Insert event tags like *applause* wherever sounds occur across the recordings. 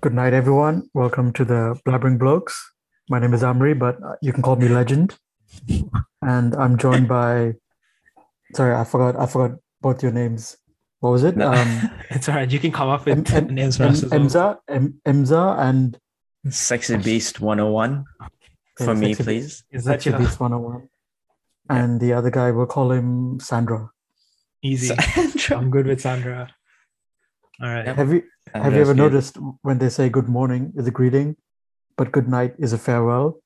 Good night, everyone. Welcome to the Blabbering Blokes. My name is Amri, but you can call me Legend. And I'm *laughs* joined by. Sorry, I forgot. I forgot both your names. What was it? No. *laughs* Um, It's all right. You can come up em, with em, names for Em- us as well. Emza, em, Emza, and Sexy Beast 101 Yeah, for me, Sexy Beast. please. Is that Sexy your Beast 101. And the other guy, we'll call him Sandra. *laughs* easy? *laughs* I'm good with Sandra. All right. Yep. Have you And have you that's ever good. noticed when they say good morning is a greeting, but good night is a farewell?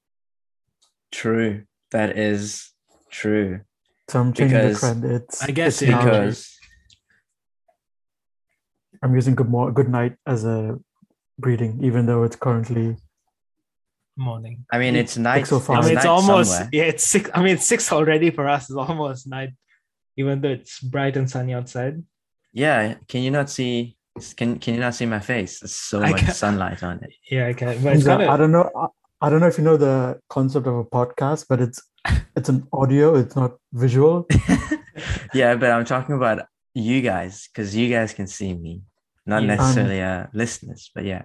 True. That is true. So I'm changing Because- the trend. It's I guess it's now- Because I'm using good mor- good night as a greeting, even though it's currently Morning. I mean it's night. so far. I mean, it's night almost somewhere. yeah. It's six. I mean, it's six already for us. It's almost night, even though it's bright and sunny outside. Yeah. Can you not see can can you not see my face? There's so I much can't- sunlight on it. Yeah, okay. But it's Hamza, kind I of don't know. I, I don't know if you know the concept of a podcast, but it's it's an audio. It's not visual. Yeah, but I'm talking about you guys, because you guys can see me. Not Yeah. Um, necessarily uh listeners, but yeah.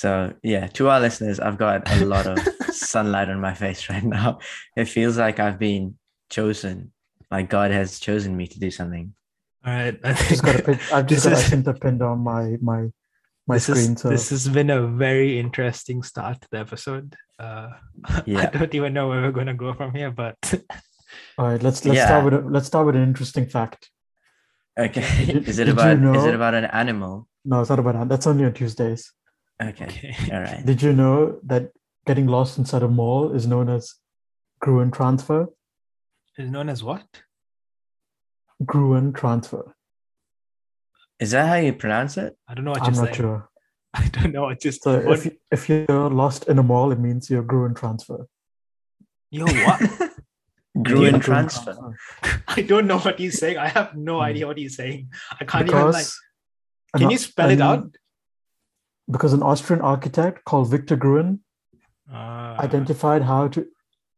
So yeah, to our listeners, I've got a lot *laughs* of sunlight on my face right now. It feels like I've been chosen. Like God has chosen me to do something. all right. I I've just got a think pin, I've *laughs* just got This a is- printer pinned on my my my this screen. is so this has been a very interesting start to the episode. Uh, *laughs* I Yeah. don't even know where we're gonna go from here, *laughs* but *laughs* all right, let's let's Yeah. start with a, let's start with an interesting fact. Okay. Did- Is it did you about is know- it about an animal? No, it's not about that. That's only on Tuesdays. Okay. okay. All right. Did you know that getting lost inside a mall is known as Gruen transfer? It's known as what? Gruen transfer. Is that how you pronounce it? I don't know what I'm you're not saying. sure. *laughs* I don't know. It's just So what, if, you- if you're lost in a mall, it means you're Gruen transfer. yo what? Gruen Gruen transfer. *laughs* I don't know what he's saying. I have no Hmm. idea what he's saying. I can't even like. Because an Can Au- you spell it an- out? Because an Austrian architect called Victor Gruen Uh, identified how to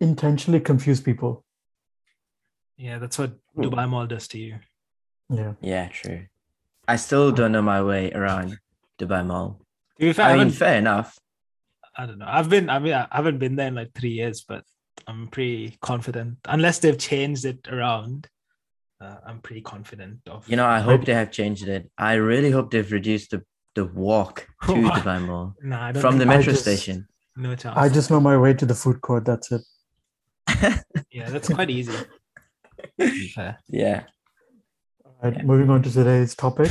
intentionally confuse people. Yeah, that's what Hmm. Dubai Mall does to you. Yeah. Yeah, true. I still don't know my way around Dubai Mall. To be fair, I, I mean, haven't, fair enough. I don't know. I've been. I mean, I haven't been there in like three years, but I'm pretty confident. Unless they've changed it around, uh, I'm pretty confident of. You know, I hope they have changed it. I really hope they've reduced the, the *laughs* walk to Wow. Dubai Mall no, I don't from the think- I metro just- station. no chance. I just know my way to the food court. That's it. yeah, that's quite *laughs* easy. To be fair. *laughs* Yeah. All right, moving on to today's *laughs* topic.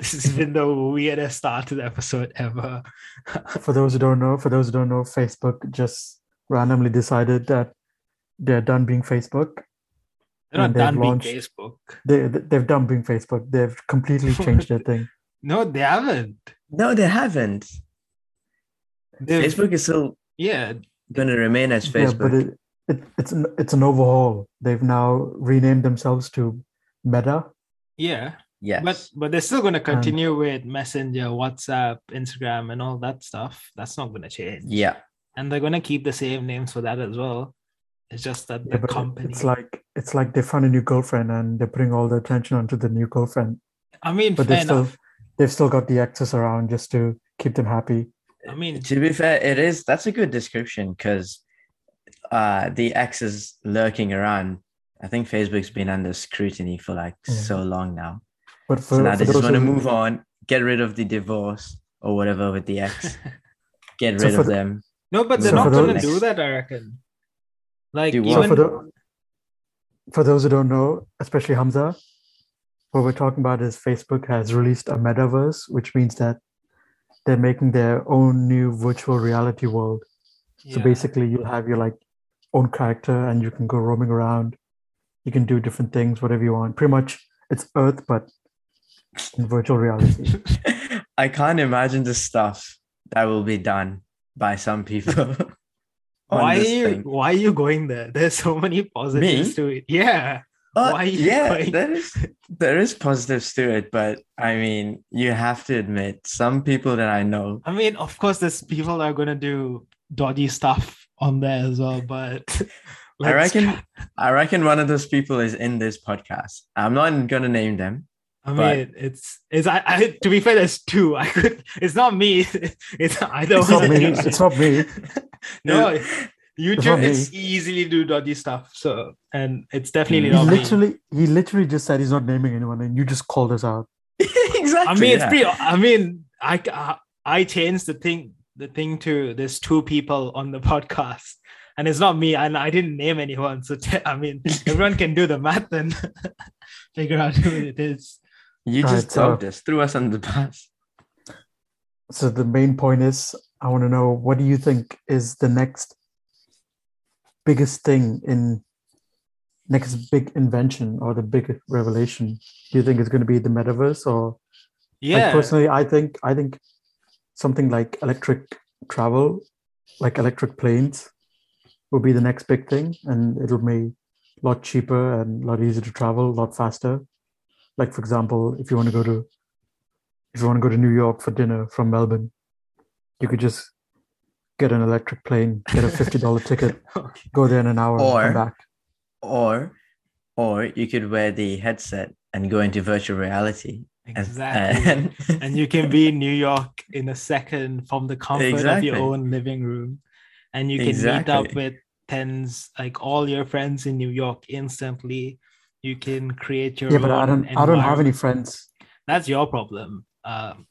this has been the weirdest start to the episode ever. for those who don't know, for those who don't know, Facebook just randomly decided that they're done being Facebook. They're not And they've done being launched- Facebook. They they've done being Facebook. They've completely changed *laughs* their thing. No, they haven't. No, they haven't. They've- Facebook is still Yeah, going to remain as Yeah, but Facebook. it, it it's an it's an overhaul. They've now renamed themselves to Meta. yeah, Yeah. but but they're still going Um, to continue with Messenger, WhatsApp, Instagram, and all that stuff. That's not going to change. yeah. and they're going to keep the same names for that as well. It's just that Yeah, the but it- company. It's like it's like they found a new girlfriend and they're putting all the attention onto the new girlfriend. I mean, But fair they've still enough. they've still got the access around just to keep them happy. I mean, to be fair, it is that's a good description because uh the X is lurking around. I think Facebook's been under scrutiny for like Yeah. so long now. But for, so now for they just those want to who- move on, get rid of the divorce or whatever with the X, get So rid for of the- them. no, but they're So not for going to those- do that. I reckon. Like Do what? So even for, the, for those who don't know, especially Hamza, what we're talking about is Facebook has released a metaverse, which means that they're making their own new virtual reality world. So yeah. basically, you'll have your like own character, and you can go roaming around. You can do different things, whatever you want. Pretty much, it's Earth, but in virtual reality. I can't imagine the stuff that will be done by some people. on *laughs* Why are this you thing. why are you going there? *laughs* There's so many positives Me? to it. Yeah. Oh, Why are you *laughs* yeah, going- there is there is positives to it, but I mean, you have to admit, some people that I know, I mean, of course there's people that are gonna do dodgy stuff on there as well, but *laughs* I let's reckon try- *laughs* I reckon one of those people is in this podcast. I'm not gonna name them, I But- mean, it's it's I, I to be fair, there's two. *laughs* I could. It's not me. *laughs* It's either It's *laughs* not one. me. It's not me. no, It's not YouTube me. is easily do dodgy stuff. So and it's definitely He not me. literally, he literally just said he's not naming anyone, and you just called us out. *laughs* exactly. I mean, it's yeah. pretty. I mean, I I, I changed the thing the thing to there's two people on the *laughs* podcast, and it's not me, and I didn't name anyone. So *laughs* te- I *laughs* mean, everyone can do the math and *laughs* figure out who it is. You Alright, just dubbed so- us, threw us on the bus. So the main point is, I want to know what do you think is the next biggest thing in next big invention or the big revelation? Do you think it's going to be the metaverse or? Like, Yeah, personally, I think I think something like electric travel, like electric planes, will be the next big thing, and it'll be a lot cheaper and a lot easier to travel, a lot faster. Like for example, if you want to go to if you want to go to New York for dinner from Melbourne, you could just get an electric plane, get a fifty dollar ticket, go there in an hour, Or- and come back. Or or you could wear the headset and go into virtual reality. and- exactly. And, and- you can be in New York in a second from the comfort of your Exactly. own living room, and you can meet up Exactly. with tens like all your friends in New York instantly. You can create your Yeah, but I own don't I don't have environment. any friends. That's your problem. Um,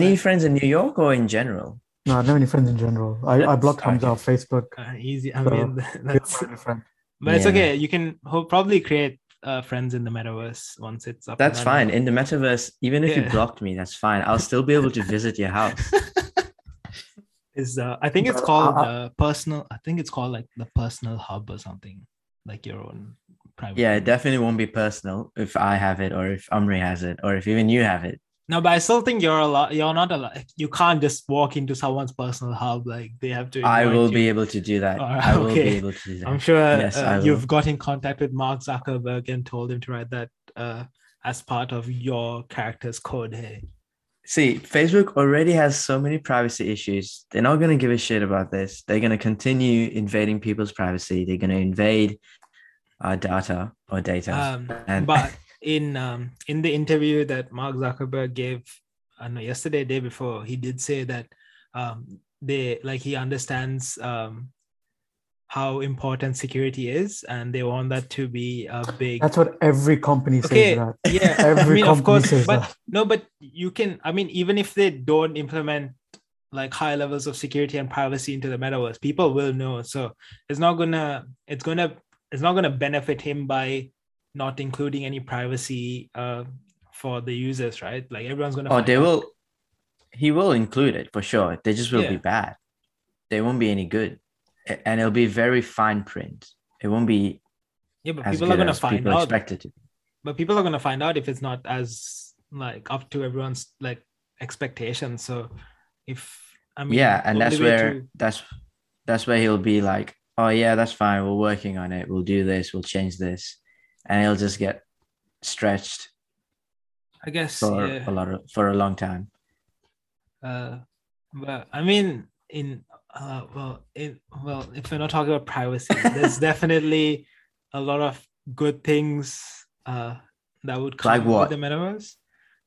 *laughs* Any friends in New York or in general? No, I don't have any friends in general. I, I That's- blocked Hamza okay. off Facebook. uh, easy. I So, mean, We *laughs* don't that's have any friends. but it's Yeah. okay. You can ho- probably create uh, friends in the metaverse once it's up. and That's running. fine. In the metaverse, even if Yeah. you blocked me, that's fine. I'll still be able to visit your *laughs* house. Is uh, I think it's But, called uh, uh, personal. I think it's called like the personal hub or something, like your own private. Yeah, it room. definitely won't be personal if I have it or if Umri has it or if even you have it. No, but I still think you're a lot. You're not a lot. You can't just walk into someone's personal hub. Like they have to. I invite will you. be able to do that. Alright, I will okay. be able to do that. I'm sure Yes, I uh, will. you've got in contact with Mark Zuckerberg and told him to write that uh, as part of your character's code. Hey, See, Facebook already has so many privacy issues. They're not going to give a shit about this. They're going to continue invading people's privacy. They're going to invade our data or data. um, and but *laughs* in um, in the interview that Mark Zuckerberg gave, I know yesterday, day before, he did say that um, they like he understands um, how important security is, and they want that to be a big. That's what every company says Okay. that. yeah, *laughs* I Every mean, company of course, says but that. no, but you can. I mean, even if they don't implement like high levels of security and privacy into the metaverse, people will know. So it's not gonna. It's gonna. It's not gonna benefit him by not including any privacy uh, for the users, right? Like everyone's gonna. oh, find they out. will. He will include it for sure. They just will be Yeah. bad. They won't be any good, A- and it'll be very fine print. It won't be Yeah, but as people are good gonna as find people out. Mm-hmm. expect it to be. But people are gonna find out if it's not as like up to everyone's like expectations. So if I mean, yeah, and only that's way where to- that's that's where he'll be like, oh yeah, that's fine. We're working on it. We'll do this. We'll change this, and he'll just get stretched I guess for yeah. a lot of for a long time. Uh, but I mean, in uh, well, in well, if we're not talking about privacy, there's definitely a lot of good things uh that would come Like what? with the metaverse.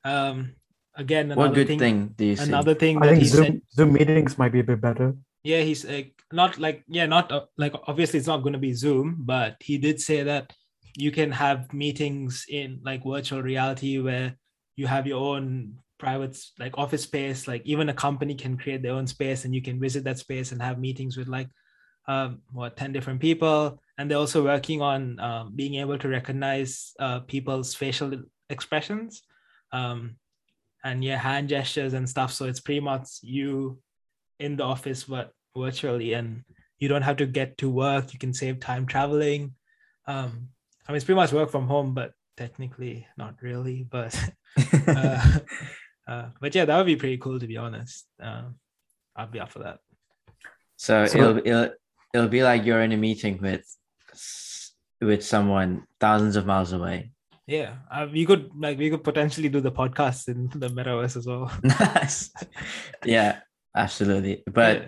Um, again, another What good thing, thing, do you see? *laughs* another thing I that think he Zoom, said. Zoom meetings might be a bit better. Yeah, he's like not like yeah, not uh, like obviously it's not going to be Zoom, but he did say that you can have meetings in like virtual reality where you have your own private s- like office space like even a company can create their own space and you can visit that space and have meetings with like um what 10 different people and they're also working on um, being able to recognize uh, people's facial expressions um and yeah hand gestures and stuff so it's pretty much you in the office but virtually and you don't have to get to work you can save time traveling um i mean it's pretty much work from home but technically not really *laughs* but uh, uh, but yeah, that would be pretty cool to be honest. Um, I'd be up for that. So, So- it'll, it'll it'll be like you're in a meeting with s- with someone thousands of miles away. *laughs* Yeah, uh, we could like we could potentially do the podcast in the metaverse as well. nice. Yeah, absolutely. But Yeah,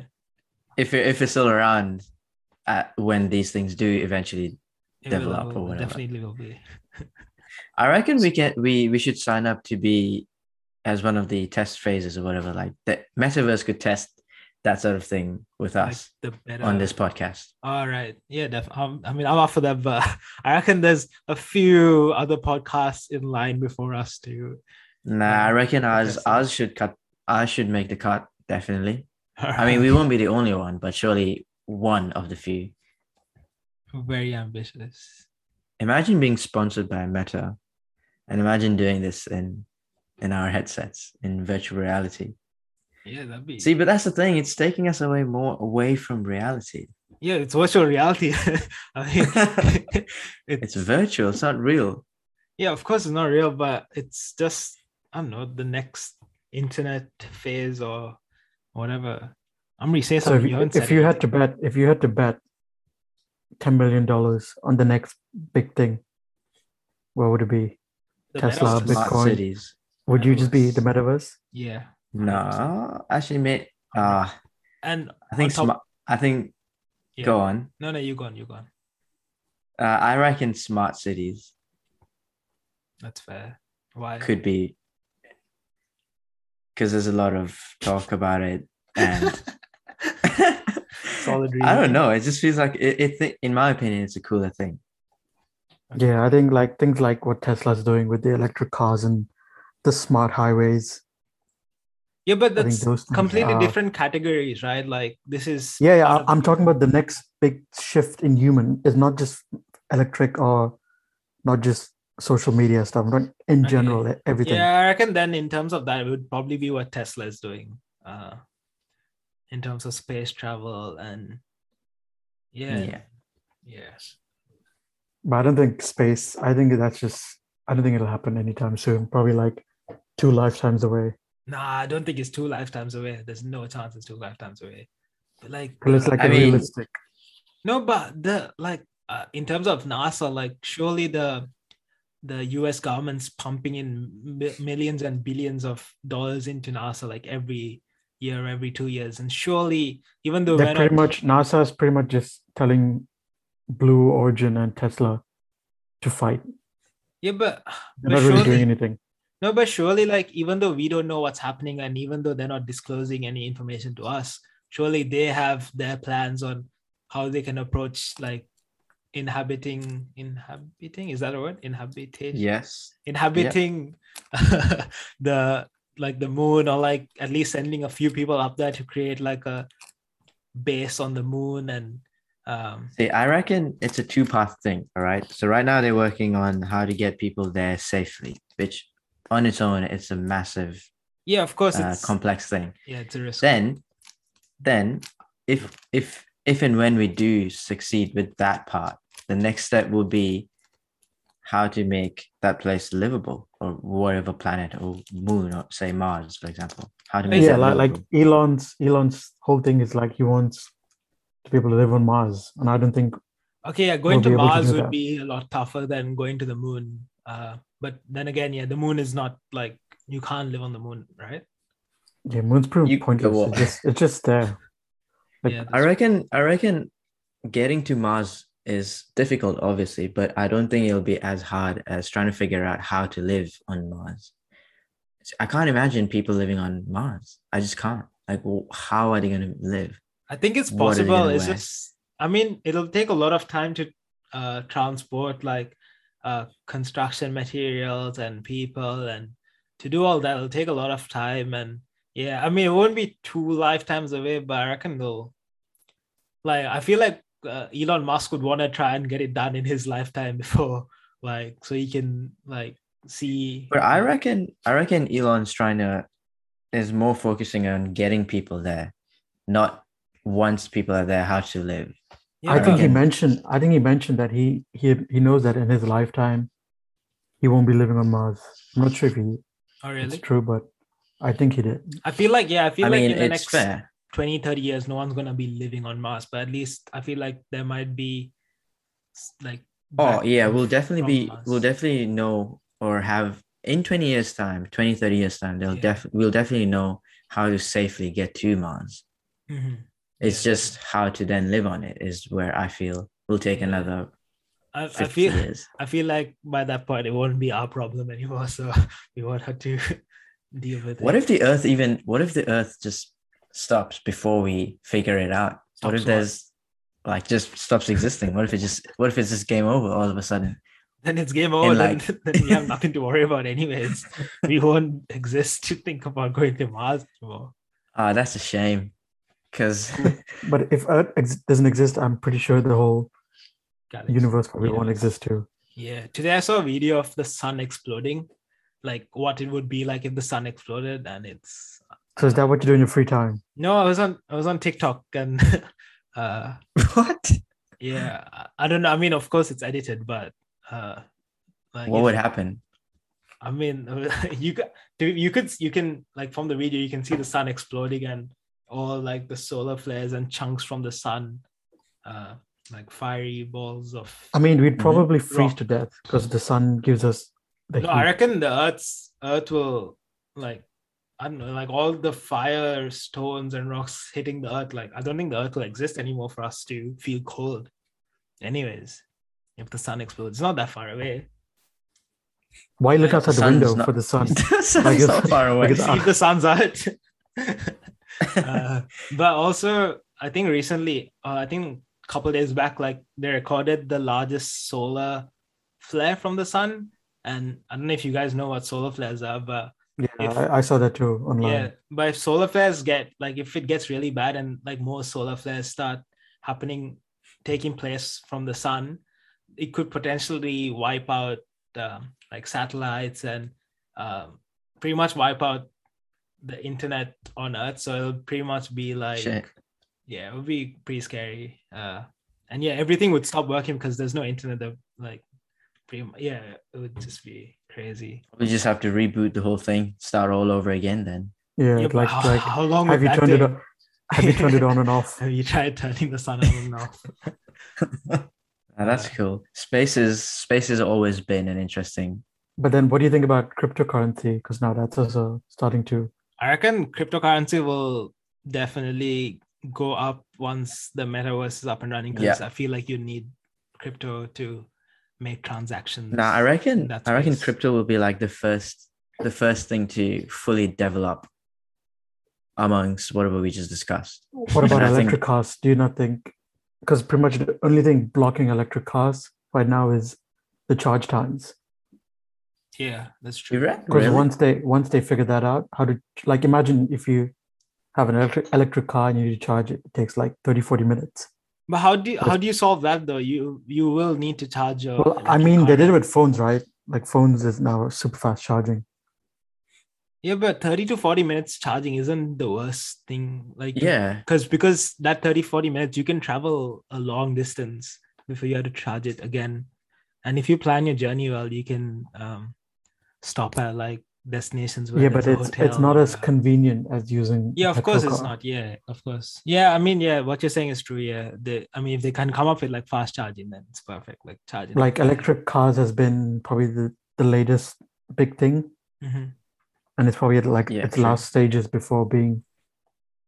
if it, if it's still around at, when these things do eventually it develop or whatever. Definitely will be. I reckon we can we we should sign up to be as one of the test phases or whatever. Like the metaverse could test that sort of thing with Like us the better. on this podcast. All right. Yeah, def- um, I mean, I'm up for that, but *laughs* I reckon there's a few other podcasts in line before us too. Nah, I reckon ours Interesting. ours should cut. I should make the cut definitely. I Alright. mean, we won't be the only one, but surely one of the few. *laughs* very ambitious. Imagine being sponsored by Meta, and imagine doing this in in our headsets in virtual reality. Yeah, that'd be. See, but that's the thing; it's taking us away more away from reality. yeah, it's virtual reality. *laughs* I *laughs* mean, *laughs* It's virtual; it's not real. yeah, of course it's not real, but it's just I don't know the next internet phase or whatever. I'm really saying So something. if, haven't if said you had to anything. bet, if you had to bet ten million dollars on the next big thing, what would it be? The Tesla, metaverse- Smart Bitcoin. cities. Would you just be Metaverse. the metaverse? Yeah, No, actually, mate. Ah, and I think top- smart. I think. Yeah. Go on. no, no, you gone, you gone. Uh, I reckon smart cities That's fair. Why? could be because there's a lot of talk about it and *laughs* Solid *laughs* i don't reason. know it just feels like it, it thi- in my opinion it's a cooler thing Yeah, I think like things like what Tesla's doing with the electric cars and the smart highways. Yeah, but I think that's those things completely are- different categories, right? Like this is Yeah, yeah. part I- of I'm the- talking about the next big shift in human. It's not just electric or not just social media stuff. But in Okay. general, e- everything. Yeah, I reckon then in terms of that, it would probably be what Tesla is doing, uh, in terms of space travel and yeah, yeah. Yeah. But I don't think space. I think that's just. I don't think it'll happen anytime soon. Probably like two lifetimes away. Nah, I don't think it's two lifetimes away. There's no chance it's two lifetimes away. But like, It looks like I a mean- realistic. no, but the like uh, in terms of NASA, like surely the the U.S. government's pumping in mi- millions and billions of dollars into NASA, like every year, every two years, and surely even though They're we're pretty not- much NASA is pretty much just telling Blue Origin and Tesla to fight. yeah, but They're not but really surely- doing anything. No, but surely, like, even though we don't know what's happening and even though they're not disclosing any information to us, surely they have their plans on how they can approach, like, inhabiting, inhabiting, is that a word? Inhabitation? yes Inhabiting *laughs* the, like, the moon or, like, at least sending a few people up there to create, like, a base on the moon and, um, See, i reckon it's a two-path thing all right so right now they're working on how to get people there safely which on its own it's a massive yeah, of course, uh, it's, complex thing yeah, it's a risk. then then if if if and when we do succeed with that part the next step will be how to make that place livable or whatever planet or moon or say mars for example how to make yeah that like, like livable. elon's elon's whole thing is like he wants to be able to live on mars and i don't think Okay, yeah, going be to able to Mars do would that. be a lot tougher than going to the moon. Uh, but then again, yeah, the moon is not like you can't live on the moon, right? yeah moon's pretty You can go pointless it's up. just, it's just *laughs* there Like, yeah, i that's- reckon i reckon getting to mars is difficult obviously but i don't think it'll be as hard as trying to figure out how to live on mars i can't imagine people living on mars i just can't like w- how are they going to live I think it's what are they possible. gonna It's wear? just, I mean, it'll take a lot of time to uh, transport like uh, construction materials and people, and to do all that, it'll take a lot of time. And yeah, I mean, it won't be two lifetimes away, but I reckon they'll like, I feel like uh, Elon Musk would want to try and get it done in his *laughs* lifetime before, like, so he can like see. But I reckon I reckon Elon's trying to is more focusing on getting people there, not once people are there how to live. Yeah, i but- think he Okay. mentioned i think he mentioned that he he he knows that in his lifetime he won't be living on mars i'm not sure if he, Oh, it's really? true but i think he did I feel like, yeah, I feel I like mean, in the it's next fair. 20 30 years no one's going to be living on mars but at least i feel like there might be s- like Oh back yeah, and we'll definitely from be we'll Mars. definitely know or have in 20 years time, 20 30 years time, they'll Yeah. def we'll definitely know how to safely get to Mars. Mhm. It's Yeah. just how to then live on it is where I feel will take Yeah. another I, I 50 feel years. I feel like by that point it won't be our problem anymore, so *laughs* we won't have to *laughs* deal with What it. if the Earth even? What if the Earth just stops before we figure it out? what Stops if what? there's like just stops existing? What if it just? What if it's just game over all of a sudden? then it's game over. Then, like- *laughs* *laughs* then we have nothing to worry about, anyways. we won't exist to think about going to Mars anymore. Ah, that's a shame. Because But if Earth ex- doesn't exist, I'm pretty sure the whole Galaxy. universe probably won't Universe. exist too. Yeah. Today I saw a video of the sun exploding, like what it would be like if the sun exploded, and it's So is that what you do in your free time? No, I was on I was on TikTok and *laughs* uh *laughs* what? yeah, I- I don't know. I mean, of course it's edited, but uh like What if- would happen? *laughs* I mean, *laughs* you could do you could you can like from the video you can see the sun exploding and all like the solar flares and chunks from the sun uh like fiery balls of I mean, we'd Mm-hmm. Mhm. probably freeze Rock. to death because the sun gives us the No, heat. I reckon the Earth's Earth will like I don't know, like all the fire stones and rocks hitting the Earth. Like I don't think the Earth will exist anymore for us to feel cold. Anyways, if the sun explodes, it's not that far away. Why look The outside the, sun's window not- for the sun? That's Like so it's- far away. like *laughs* it's- See if the sun's out. Uh, but also, I think recently, uh, I think a couple days back, like they recorded the largest solar flare from the sun. And I don't know if you guys know what solar flares are, but Yeah, *laughs* if- I, I saw that too online. Yeah, but if solar flares get like if it gets really bad and like more solar flares start happening, taking place from the sun, it could potentially wipe out um, like satellites and um, pretty much wipe out the internet on Earth. So it'll pretty much be like Shit. yeah, it would be pretty scary. Uh, and yeah, everything would stop working because there's no internet. That like pretty mu- yeah, it would just be crazy. We just have to reboot the whole thing, start all over again then. Yeah, Yeah, but like how, like how long have would you that turned it take? on? Have you turned it on *laughs* and off? Have you tried turning the sun on and off? Ah, that's Yeah. cool. Space is space has always been an interesting. But then, what do you think about cryptocurrency? Because now that's also starting *laughs* to. *laughs* I reckon cryptocurrency will definitely go up once the metaverse is up and running because I feel like you need crypto to make transactions. Now I reckon That's I reckon space. crypto will be like the first the first thing to fully develop amongst whatever we just discussed. What about I think- electric cars? Do you not think? Because pretty much the only thing blocking electric cars right now is the charge times. *laughs* yeah, that's You true. re- Because really? once they once they figure that out, how to like imagine if you have an electric electric car and you need to charge it, it takes like 30, 40 minutes. But how do you, how do you solve that though? You you will need to charge your. Well, I Oh, electric mean, they car. did it with phones, right? Like phones is now super fast charging. Yeah, but thirty to forty minutes charging isn't the worst thing. Like you yeah. because because that 30 40 minutes you can travel a long distance before you have to charge it again and if you plan your journey well you can um stop at like destinations where yeah, but there's a it's it's hotel not or as a- convenient as using. yeah of course petrol it's car. not yeah of course yeah i mean yeah what you're saying is true yeah they i mean if they can come up with like fast charging then it's perfect like charging Like electric cars has been probably the, the latest big thing, Mhm. and it's probably at like Yeah, its true. last stages before being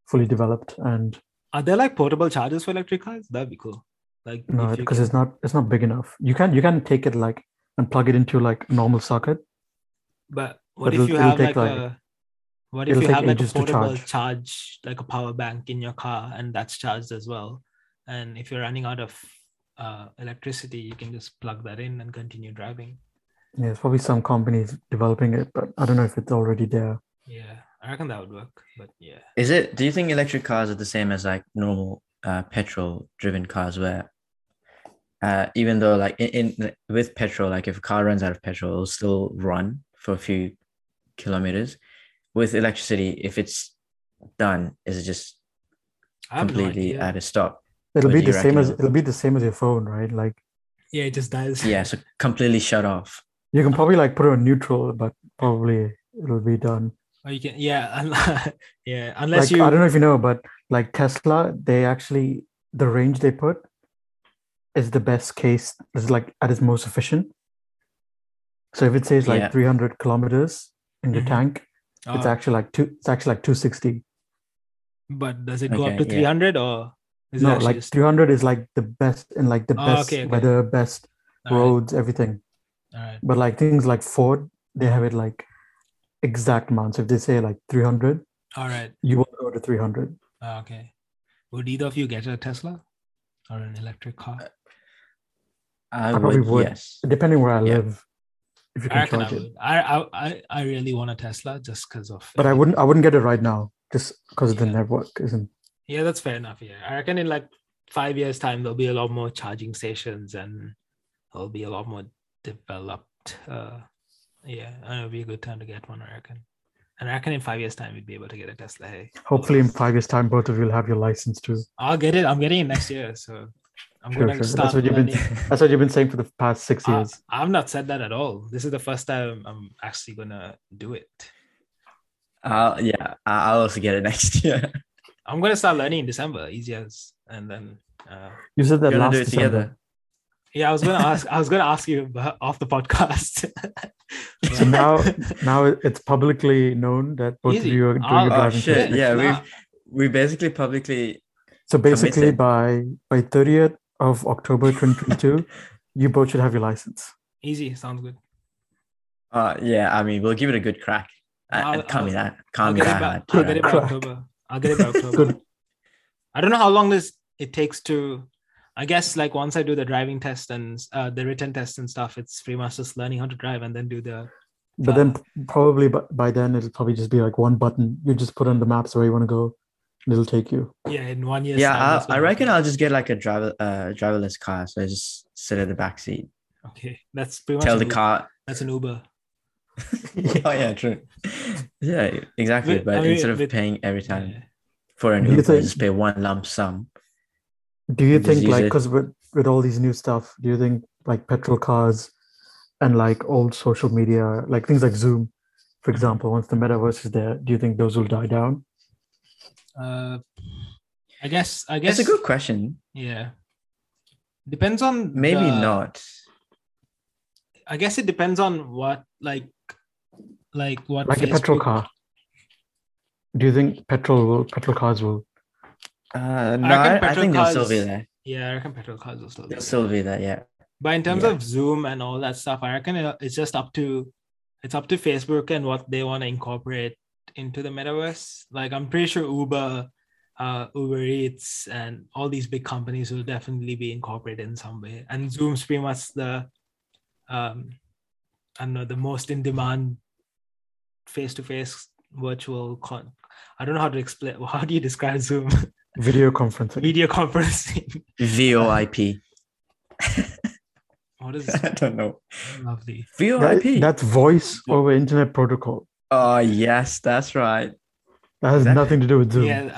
fully developed. And are there like portable chargers for electric cars that'd be cool like no, if you because can- it's not it's not big enough. You can you can take it like and plug it into like a normal socket. But what it'll- if you it'll have take, like, like- a what if it'll you take have like a ages to portable charge. charge, like a power bank in your car, and that's charged as well? And if you're running out of uh, electricity, you can just plug that in and continue driving. Yeah, it's probably some companies developing it, but I don't know if it's already there. Yeah, I reckon that would work. But yeah, Is it do you think electric cars are the same as like normal uh petrol driven cars where uh even though like in, in with petrol, like if a car runs out of petrol, it'll still run for a few kilometers. With electricity, if it's done, is it just I have completely no idea. at a stop? It'll What be do you the same reckon as it'll- it'll be the same as your phone, right? Like yeah, it just dies. Yeah, so completely shut off. you can probably like put it on neutral, but probably it'll be done. *laughs* or you can yeah, *laughs* un- yeah. Unless like you I don't know if you know, but like Tesla, they actually the range they put is the best case. Is like at its most efficient. So if it says like Yeah. 300 kilometers in the Mhm. tank, it's oh, actually like two. It's actually like 260. but does it go up Okay, to yeah. three hundred or is it no, actually like just- 300 is like the best in like the Oh, best okay, okay. weather, best All right, roads, everything. all right. But like things like Ford, they have it like exact amounts. If they say like 300, All right. you will go to 300. Ah, okay. Would either of you get a Tesla or an electric car? I, probably would, would. yes. Depending where I Yeah. live, if you I can reckon I charge it. would. I, I I I really want a Tesla just because of. But I wouldn't. I wouldn't get it right now, just because the Yeah. network isn't. Yeah, that's fair enough. Yeah, I reckon in like five years' time there'll be a lot more charging stations and it'll be a lot more developed. Uh, yeah, and it'll be a good time to get one. I reckon. And I reckon in five years' time we'd be able to get a Tesla. Hey, Hopefully, in five years' time, both of you will have your license too. I'll get it. I'm getting it next year, so I'm Sure, going sure. to That's start. what you've been- planning. That's what you've been saying for the past six Ah, I- years. I've not said that at all. This is the first time I'm actually gonna do it. I'll, yeah, I- I'll also get it *laughs* next year. I'm gonna start learning in December, easy as, and then uh, You said that We're gonna last do it December. *laughs* together. yeah, I was gonna ask. I was gonna ask you about- off the podcast. So *laughs* now, now it's publicly known that both Easy. of you are doing I'll- a We're Oh driving to *laughs* shit! test. it. Yeah, Nah. we we basically publicly. So basically, Committed. by by thirtieth of October, twenty twenty *laughs* two, you both should have your license. easy sounds good. Uh, yeah, I mean, we'll give it a good crack. I, I'll- it can't be that. I'll Can't be get, that it by, hard. I'll get it by Crack. October. I'll get it *laughs* by October. Good. I don't know how long this it takes to. I guess like once I do the driving test and uh, the written test and stuff, it's pretty much just learning how to drive and then do the. But then Ah. p- probably by, by then it'll probably just be like one button. You just put on the maps where you want to go, and it'll take *laughs* you. Yeah, in one year. yeah, I, I reckon I'll just get like a driver, uh, driverless car. So I just sit at the back seat, Okay, that's pretty much. tell an the Uber. car. That's an Uber. oh yeah, true. *laughs* Yeah, exactly. With- but I mean, instead of with- paying every time Yeah. for an Do you Uber, think- just pay one lump sum. Do you And just think use like it. because with with all these new stuff, do you think like petrol cars and like old social media, like things like Zoom, for example, once the metaverse is there, do you think those will die down? Uh, I guess. I guess. That's a good question. Yeah. Depends on Maybe the- not. I guess it depends on what like, like what Like a petrol Facebook- car. Do you think petrol will petrol cars will Uh, no, I, I petrol think they'll still be cars- there. Yeah, I reckon petrol cars will still. be They'll there. still be there. Yeah. But in terms Yeah. of Zoom and all that stuff, I reckon it- it's just up to it's up to Facebook and what they want to incorporate into the metaverse. Like I'm pretty sure Uber, uh, Uber Eats, and all these big companies will definitely be incorporated in some way. And Zoom's pretty much the, um, I don't know, the most in demand face-to-face virtual con. I don't know how to explain. *laughs* How do you describe Zoom *laughs* video conferencing? video conferencing? *laughs* VoIP. What is *laughs* I don't know. lovely? That- VoIP. that's voice over internet protocol. oh yes, that's right. That has That- nothing to do with Zoom. Yeah,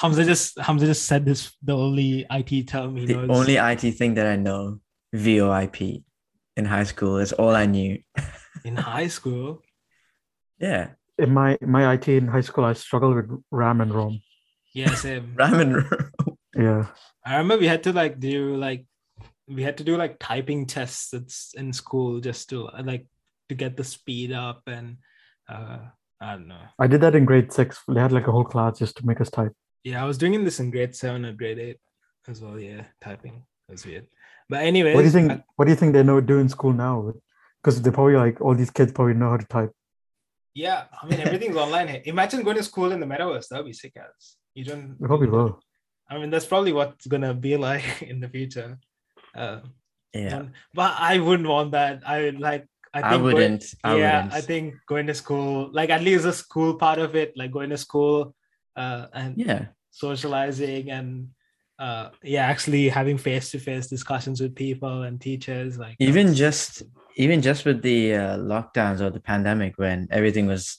Hamza just Hamza just said this the only IT term he the knows. only IT thing that I know, VoIP, in high school. That's all I knew. in high school. Yeah, In my my IT in high school, I struggled with RAM and ROM. Yeah, same. ramen. Yeah. I remember we had to like do like we had to do like typing tests that's in school just to like to get the speed up and uh I don't know. I did that in grade six. They had like a whole class just to make us type. Yeah, I was doing this in grade seven or grade eight as well. Yeah, typing. It was weird. But anyway, What do you think? What do you think they know do in school now? Because they probably like all these kids probably know how to type. yeah, I mean everything's online. here. Imagine going to school in the metaverse. That'd be sick as you don't They probably will. I mean, that's probably what's gonna be like *laughs* in the future. Uh, *laughs* yeah, one- but I wouldn't want that. I would like. I, think I, going- wouldn't. I yeah, wouldn't. I think going to school, like at least the school part of it, like going to school, uh, and Yeah, socializing and uh, yeah, actually having face to face discussions with people and teachers, like even that's- just even just with the uh, lockdowns or the pandemic, when everything was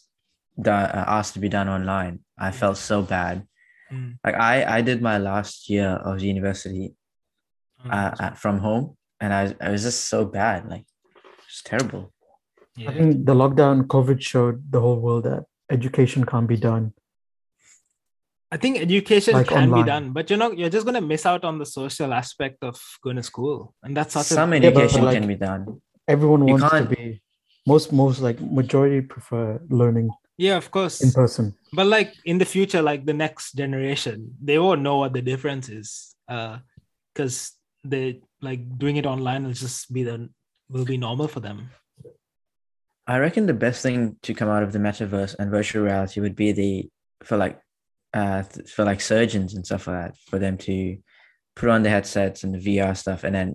done, uh, asked to be done online, I felt so bad. Mm. Like I, I did my last year of university Mm, uh, at, from home, and I, I was just so bad. Like it's terrible. I yeah. think the lockdown COVID showed the whole world that education can't be done. I think education Like can online. be done, but you're not. You're just gonna miss out on the social aspect of going to school, and that's such Some a but education like- can be done. Everyone You wants to can't- be. Most most like majority prefer learning yeah, of course. in person. but like in the future like the next generation they won't know what the difference is uh because they like doing it online will just be the will be normal for them. I reckon the best thing to come out of the metaverse and virtual reality would be the for like uh th- for like surgeons and stuff like that for them to put on the headsets and the VR stuff and then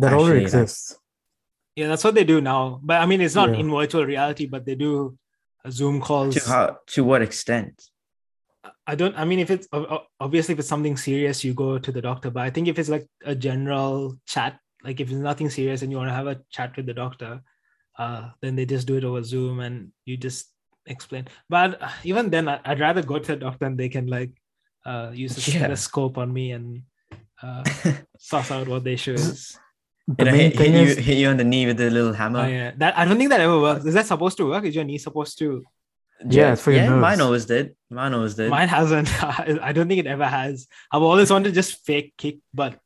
That already Actually, like- exists. Yeah, that's what they do now. But I mean, it's not Yeah. in virtual reality, but they do uh, Zoom calls. to how to what extent? I don't. I mean, if it's ob- ob- obviously if it's something serious, you go to the doctor. But I think if it's like a general chat, like if it's nothing serious and you want to have a chat with the doctor, uh, then they just do it over Zoom and you just explain. But uh, even then, I- I'd rather go to the doctor and they can like uh, use a Yeah. stethoscope on me and uh, suss out what the issue is. The You know, main hit, thing hit is you hit you on the knee with the little hammer. Oh, yeah, that I don't think that ever works. Is that supposed to work? Is your knee supposed to? Yeah, it's for your yeah, mine nerves. always did. Mine always did. Mine hasn't. *laughs* I don't think it ever has. I've always wanted to just fake kick, but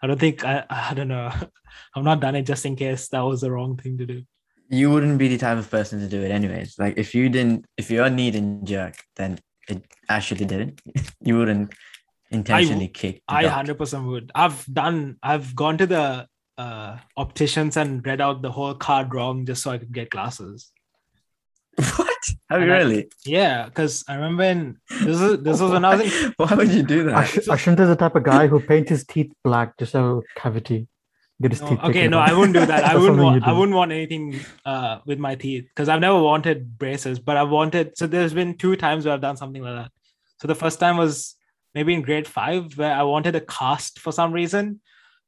I don't think I. I don't know. *laughs* I've not done it just in case that was the wrong thing to do. You wouldn't be the type of person to do it anyways. Like if you didn't if your knee didn't jerk, then it actually didn't. *laughs* you wouldn't intentionally kick. the I dog. hundred percent would. I've done. I've gone to the uh, opticians and read out the whole card wrong just so I could get glasses. *laughs* What? Have you And I- *laughs* really? Yeah, because I remember in this is this was when I was in Why would you do that? Ash- Ashant is the type of guy who paints his teeth black just to have a cavity, get his No, teeth. okay, taken no, out. I wouldn't *laughs* do that. I That's wouldn't something want. you I do. wouldn't want anything uh, with my teeth because I've never wanted braces. But I've wanted. So there's been two times where I've done something like that. So the first time was maybe in grade five where I wanted a cast for some reason,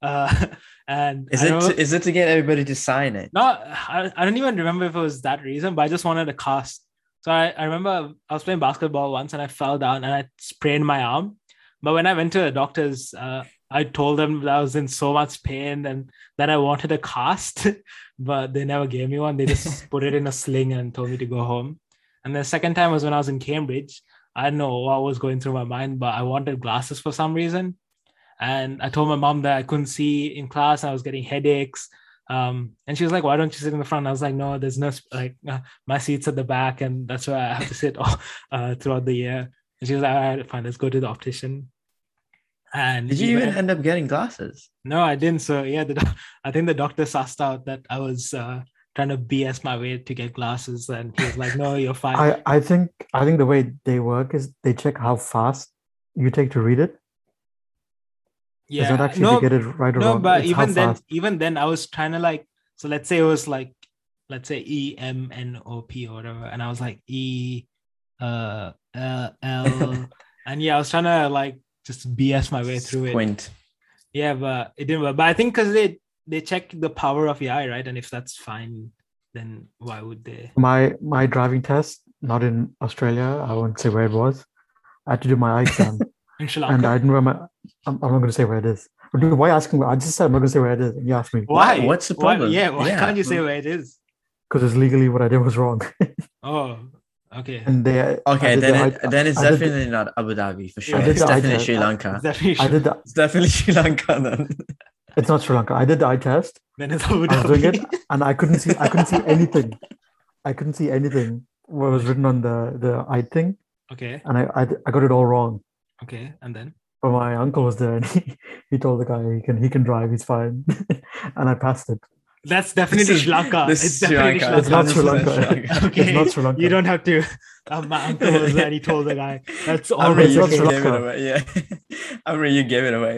uh, *laughs* and Is I it remember- to, is it to get everybody to sign it? no, I, I don't even remember if it was that reason, but I just wanted a cast. So I, I remember I was playing basketball once and I fell down and I sprained my arm. But when I went to the doctors, uh, I told them that I was in so much pain and that I wanted a cast, *laughs* but they never gave me one. They just put it in a sling and told me to go home. And the second time was when I was in Cambridge. I don't know what was going through my mind, but I wanted glasses for some reason. And I told my mom that I couldn't see in class. I was getting headaches. Um, and she was like, "Why don't you sit in the front?" I was like, "No, there's no sp- like uh, my seat's at the back, and that's where I have to sit *laughs* all, uh, throughout the year." And she was like, "All right, fine, let's go to the optician." And Did you we even went- end up getting glasses? No, I didn't. So yeah, the doc- I think the doctor sussed out that I was uh, trying to BS my way to get glasses, and he was like, "No, you're fine." I, I think I think the way they work is they check how fast you take to read it. It's not actually no, to get it right or no wrong. but it's how even then fast. even then i was trying to like so let's say it was like let's say e m n o p or whatever and i was like e uh L, *laughs* L. and yeah i was trying to like just bs my way through it Squint. yeah but it didn't work but i think because they they check the power of your eye right and if that's fine then why would they my my driving test, not in Australia, I won't say where it was. I had to do my eye *laughs* exam, in Sri and Lanka? I didn't wear my. I'm, I'm not going to say where it is. Dude, Why asking? I just said I'm not going to say where it is, and you asked me why What's the Why- problem? yeah why Yeah. can't you say where it is because it's legally what I did was wrong, oh okay and they. I Okay, did the then it, eye- then it's I did the- definitely not Abu Dhabi for sure. did It's the eye definitely test. Sri I- lanka. Definitely I did the, It's definitely *laughs* Sri Lanka then. It's not Sri Lanka. I did the eye *laughs* test. *laughs* then it's Abu I was doing Dhabi. it, and I couldn't see. I couldn't see anything. I couldn't see anything what was written on the the eye thing, *laughs* okay and I I, I got it all wrong. okay and then But my uncle was there, and *laughs* he, he told the guy he can he can drive. He's fine, *laughs* and I passed it. That's definitely is- Sri Lanka. this Ah, It's is Sri definitely Sri Lanka. It's not Lanka. Sri Lanka. *laughs* Okay, It's not Sri Lanka. you don't have to. Uh, my *laughs* uncle was there and he told the guy. That's all. mean, Amri, it's you not Oh, Sri gave it Lanka. away. Yeah, *laughs* Amri, you gave it away.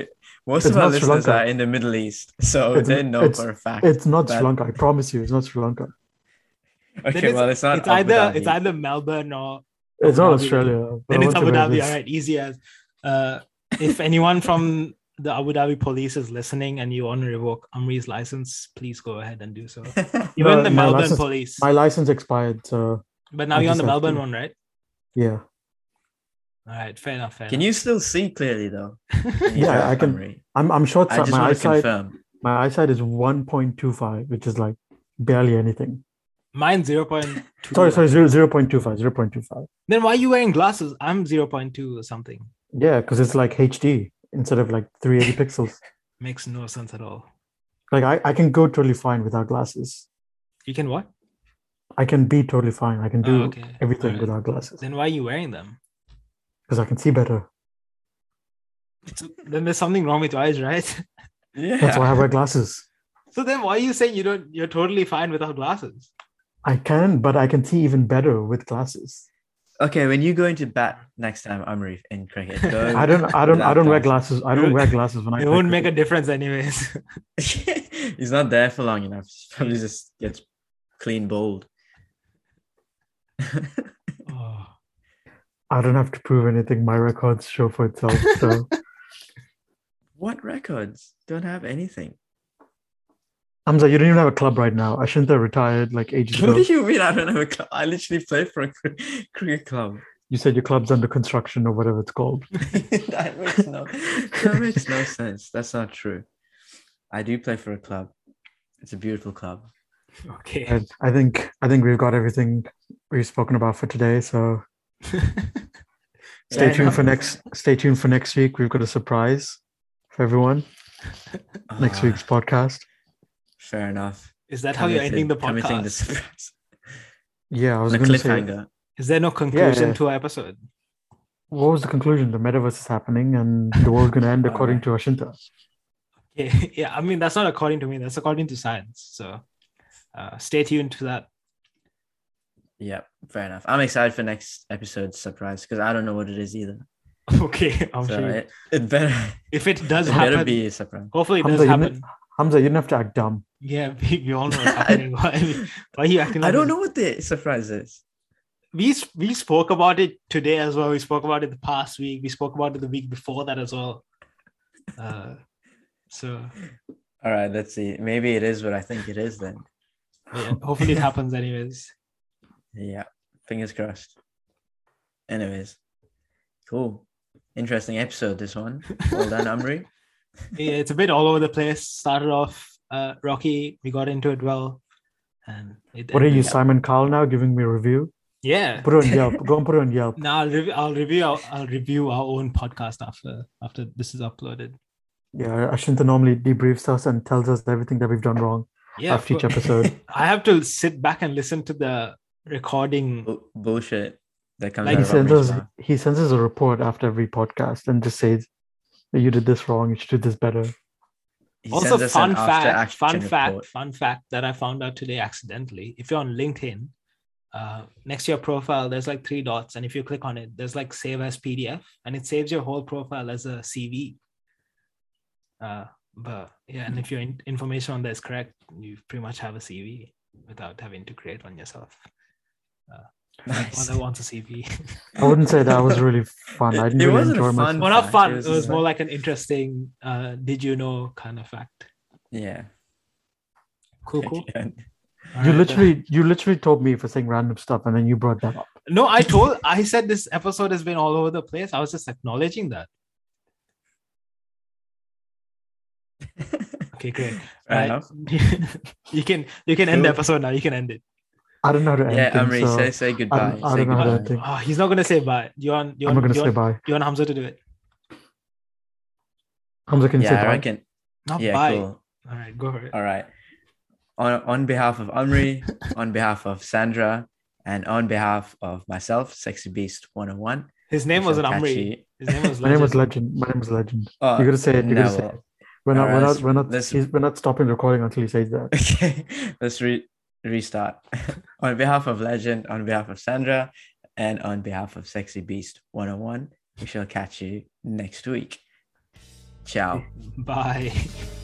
Most It's of not our Sri listeners Lanka. are in the Middle East, so It's- they know it's- for a fact. It's not Sri But- Lanka. I promise you, it's not Sri Lanka. okay, it's- well, it's not. It's Abu either it's Dhabi. either Melbourne or It's Abu not Dhabi. Australia. but then I it's won't say where it Abu Dhabi. is. All right, easy as. Uh, if anyone from the Abu Dhabi police is listening and you want to revoke Amri's license, please go ahead and do so. Even No, the my Melbourne license- police. My license expired, so but now I you're on the just have Melbourne to- one, right? yeah. All right, fair enough. Fair *laughs* Can you still see clearly *laughs* though? enough. Can you Yeah, drive, I can- Amri? I'm I'm sure it's I not- just my want to eyesight confirm. my eyesight is one point two five, which is like barely anything. Mine zero point two. Sorry, sorry, zero zero point two five, zero point two five. Then why are you wearing glasses? I'm zero point two or something. Yeah, because it's like HD instead of like 380 pixels. Makes no sense at all. Like I, I can go totally fine without glasses. You can what? I can be totally fine. I can do Oh, okay. everything Alright. without glasses Then why are you wearing them? because I can see better. Then there's something wrong with your eyes, right? *laughs* Yeah. That's why I wear glasses. So then why are you saying you don't you're totally fine without glasses? I can, but I can see even better with glasses. Okay, when you go into bat next time, Amrif, in cricket, go *laughs* I don't. I don't. I don't wear without glasses. I don't wear glasses when I. It play won't make a cricket. difference anyways. *laughs* glasses. *laughs* He's not there for long enough. He probably just gets clean bowled. oh. I don't have to prove anything. My records show for itself. So *laughs* what records? Don't have anything. Hamza, you don't even have a club right now. I shouldn't have retired like ages What ago. do you mean? I don't have a club. I literally play for a cr- cricket *laughs* club. You said your club's under construction or whatever it's called. that makes no that makes no sense. That's not true. I do play for a club. It's a beautiful club. Okay. And I think I think we've got everything we've spoken about for today. So stay Yeah, I tuned know. for next. Stay tuned for next week. We've got a surprise for everyone. Next Ah, week's podcast. Fair enough. *laughs* Is that how you're ending the podcast? The, surprise. Yeah, I was the going to say. cliffhanger. Is there no conclusion yeah. to our episode? What was the conclusion? The metaverse is happening, and the world's going to end according Alright. to Ashinta. Okay. *laughs* yeah, I mean that's not according to me, that's according to science. So uh, stay tuned to that. *laughs* Yep, fair enough. I'm excited for next episode's surprise because I don't know what it is either. Okay, Oh, I'm so sure. it, it *laughs* better If it does it happen, better be a surprise. hopefully it Hamza, does you know- happen. Hamza, you didn't have to act dumb. Yeah, *laughs* we, we all *laughs* know what's happening. *laughs* Why, why are you acting like I don't this? know what the surprise is. we s- we spoke about it today as well. We spoke about it the past week. We spoke about it the week before that as well. Uh, so All right, let's see. Maybe it is what I think it is then. yeah, hopefully it happens, anyways. Yeah, fingers crossed. Anyways, cool. Interesting episode, this one. Well *laughs* done, Amri. Yeah, it's a bit all over the place. Started off uh, rocky. We got into it well, and it What are you, ended- Simon Cowell, now giving me a review? Yeah. Put it on Yelp. Go and put it on Yelp. Now I'll, rev- I'll review. Our, I'll review our own podcast after after this is uploaded. Yeah, Ashinta normally debriefs us and tells us everything that we've done wrong Yeah. of after each course. episode. *laughs* I have to sit back and listen to the recording Bu- bullshit that comes he Like out of sends Amri's us mouth. he sends us a report after every podcast and just says you did this wrong, you should do this better. He also, sends us an fun fact, after-action fun fact, report. fun fact that I found out today accidentally. If you're on LinkedIn, uh, next to your profile, there's like three dots, and if you click on it, there's like save as PDF, and it saves your whole profile as a CV. Uh, but yeah, and if your in- information on there is correct, you pretty much have a CV without having to create one yourself. *laughs* Nice. Mother wants a *laughs* CV. I wouldn't say that was really fun. I didn't It really wasn't enjoy fun. myself. well, not fact, it fun. It was was, just more like an interesting uh, "did you know" kind of fact. Yeah. Cool, cool. Yeah. You Alright, uh, literally you literally told me for saying random stuff and then you brought that up. No, I told I said this episode has been all over the place. I was just acknowledging that. Okay, great. *laughs* Fair Right. enough. *laughs* you can you can end the Cool. episode now. You can end it. I don't know how to end Yeah, things, Amri, so say, say goodbye. I say don't know how to goodbye. end things. Oh, he's not gonna say bye. Do you want you I'm want, not gonna you, say want, bye. you want Hamza to do it? Hamza, can you yeah, say I bye? reckon. Not Yeah, bye. cool. All right, go for it. All right. On, on behalf *laughs* of Amri, on behalf of Sandra, and on behalf of myself, Sexy Beast 101. His name we wasn't shall catch Amri. you- *laughs* His name was My name was Legend. Legend. My name is Legend. Oh, You're gonna say it. You're gonna no, say well, it. We're not. We're Alright, not. We're not. let's- He's, we're not stopping recording until he says that. *laughs* Okay, let's re- restart. *laughs* on behalf of Legend, on behalf of Sandra, and on behalf of Sexy Beast 101, we shall catch you next week. Ciao. Bye.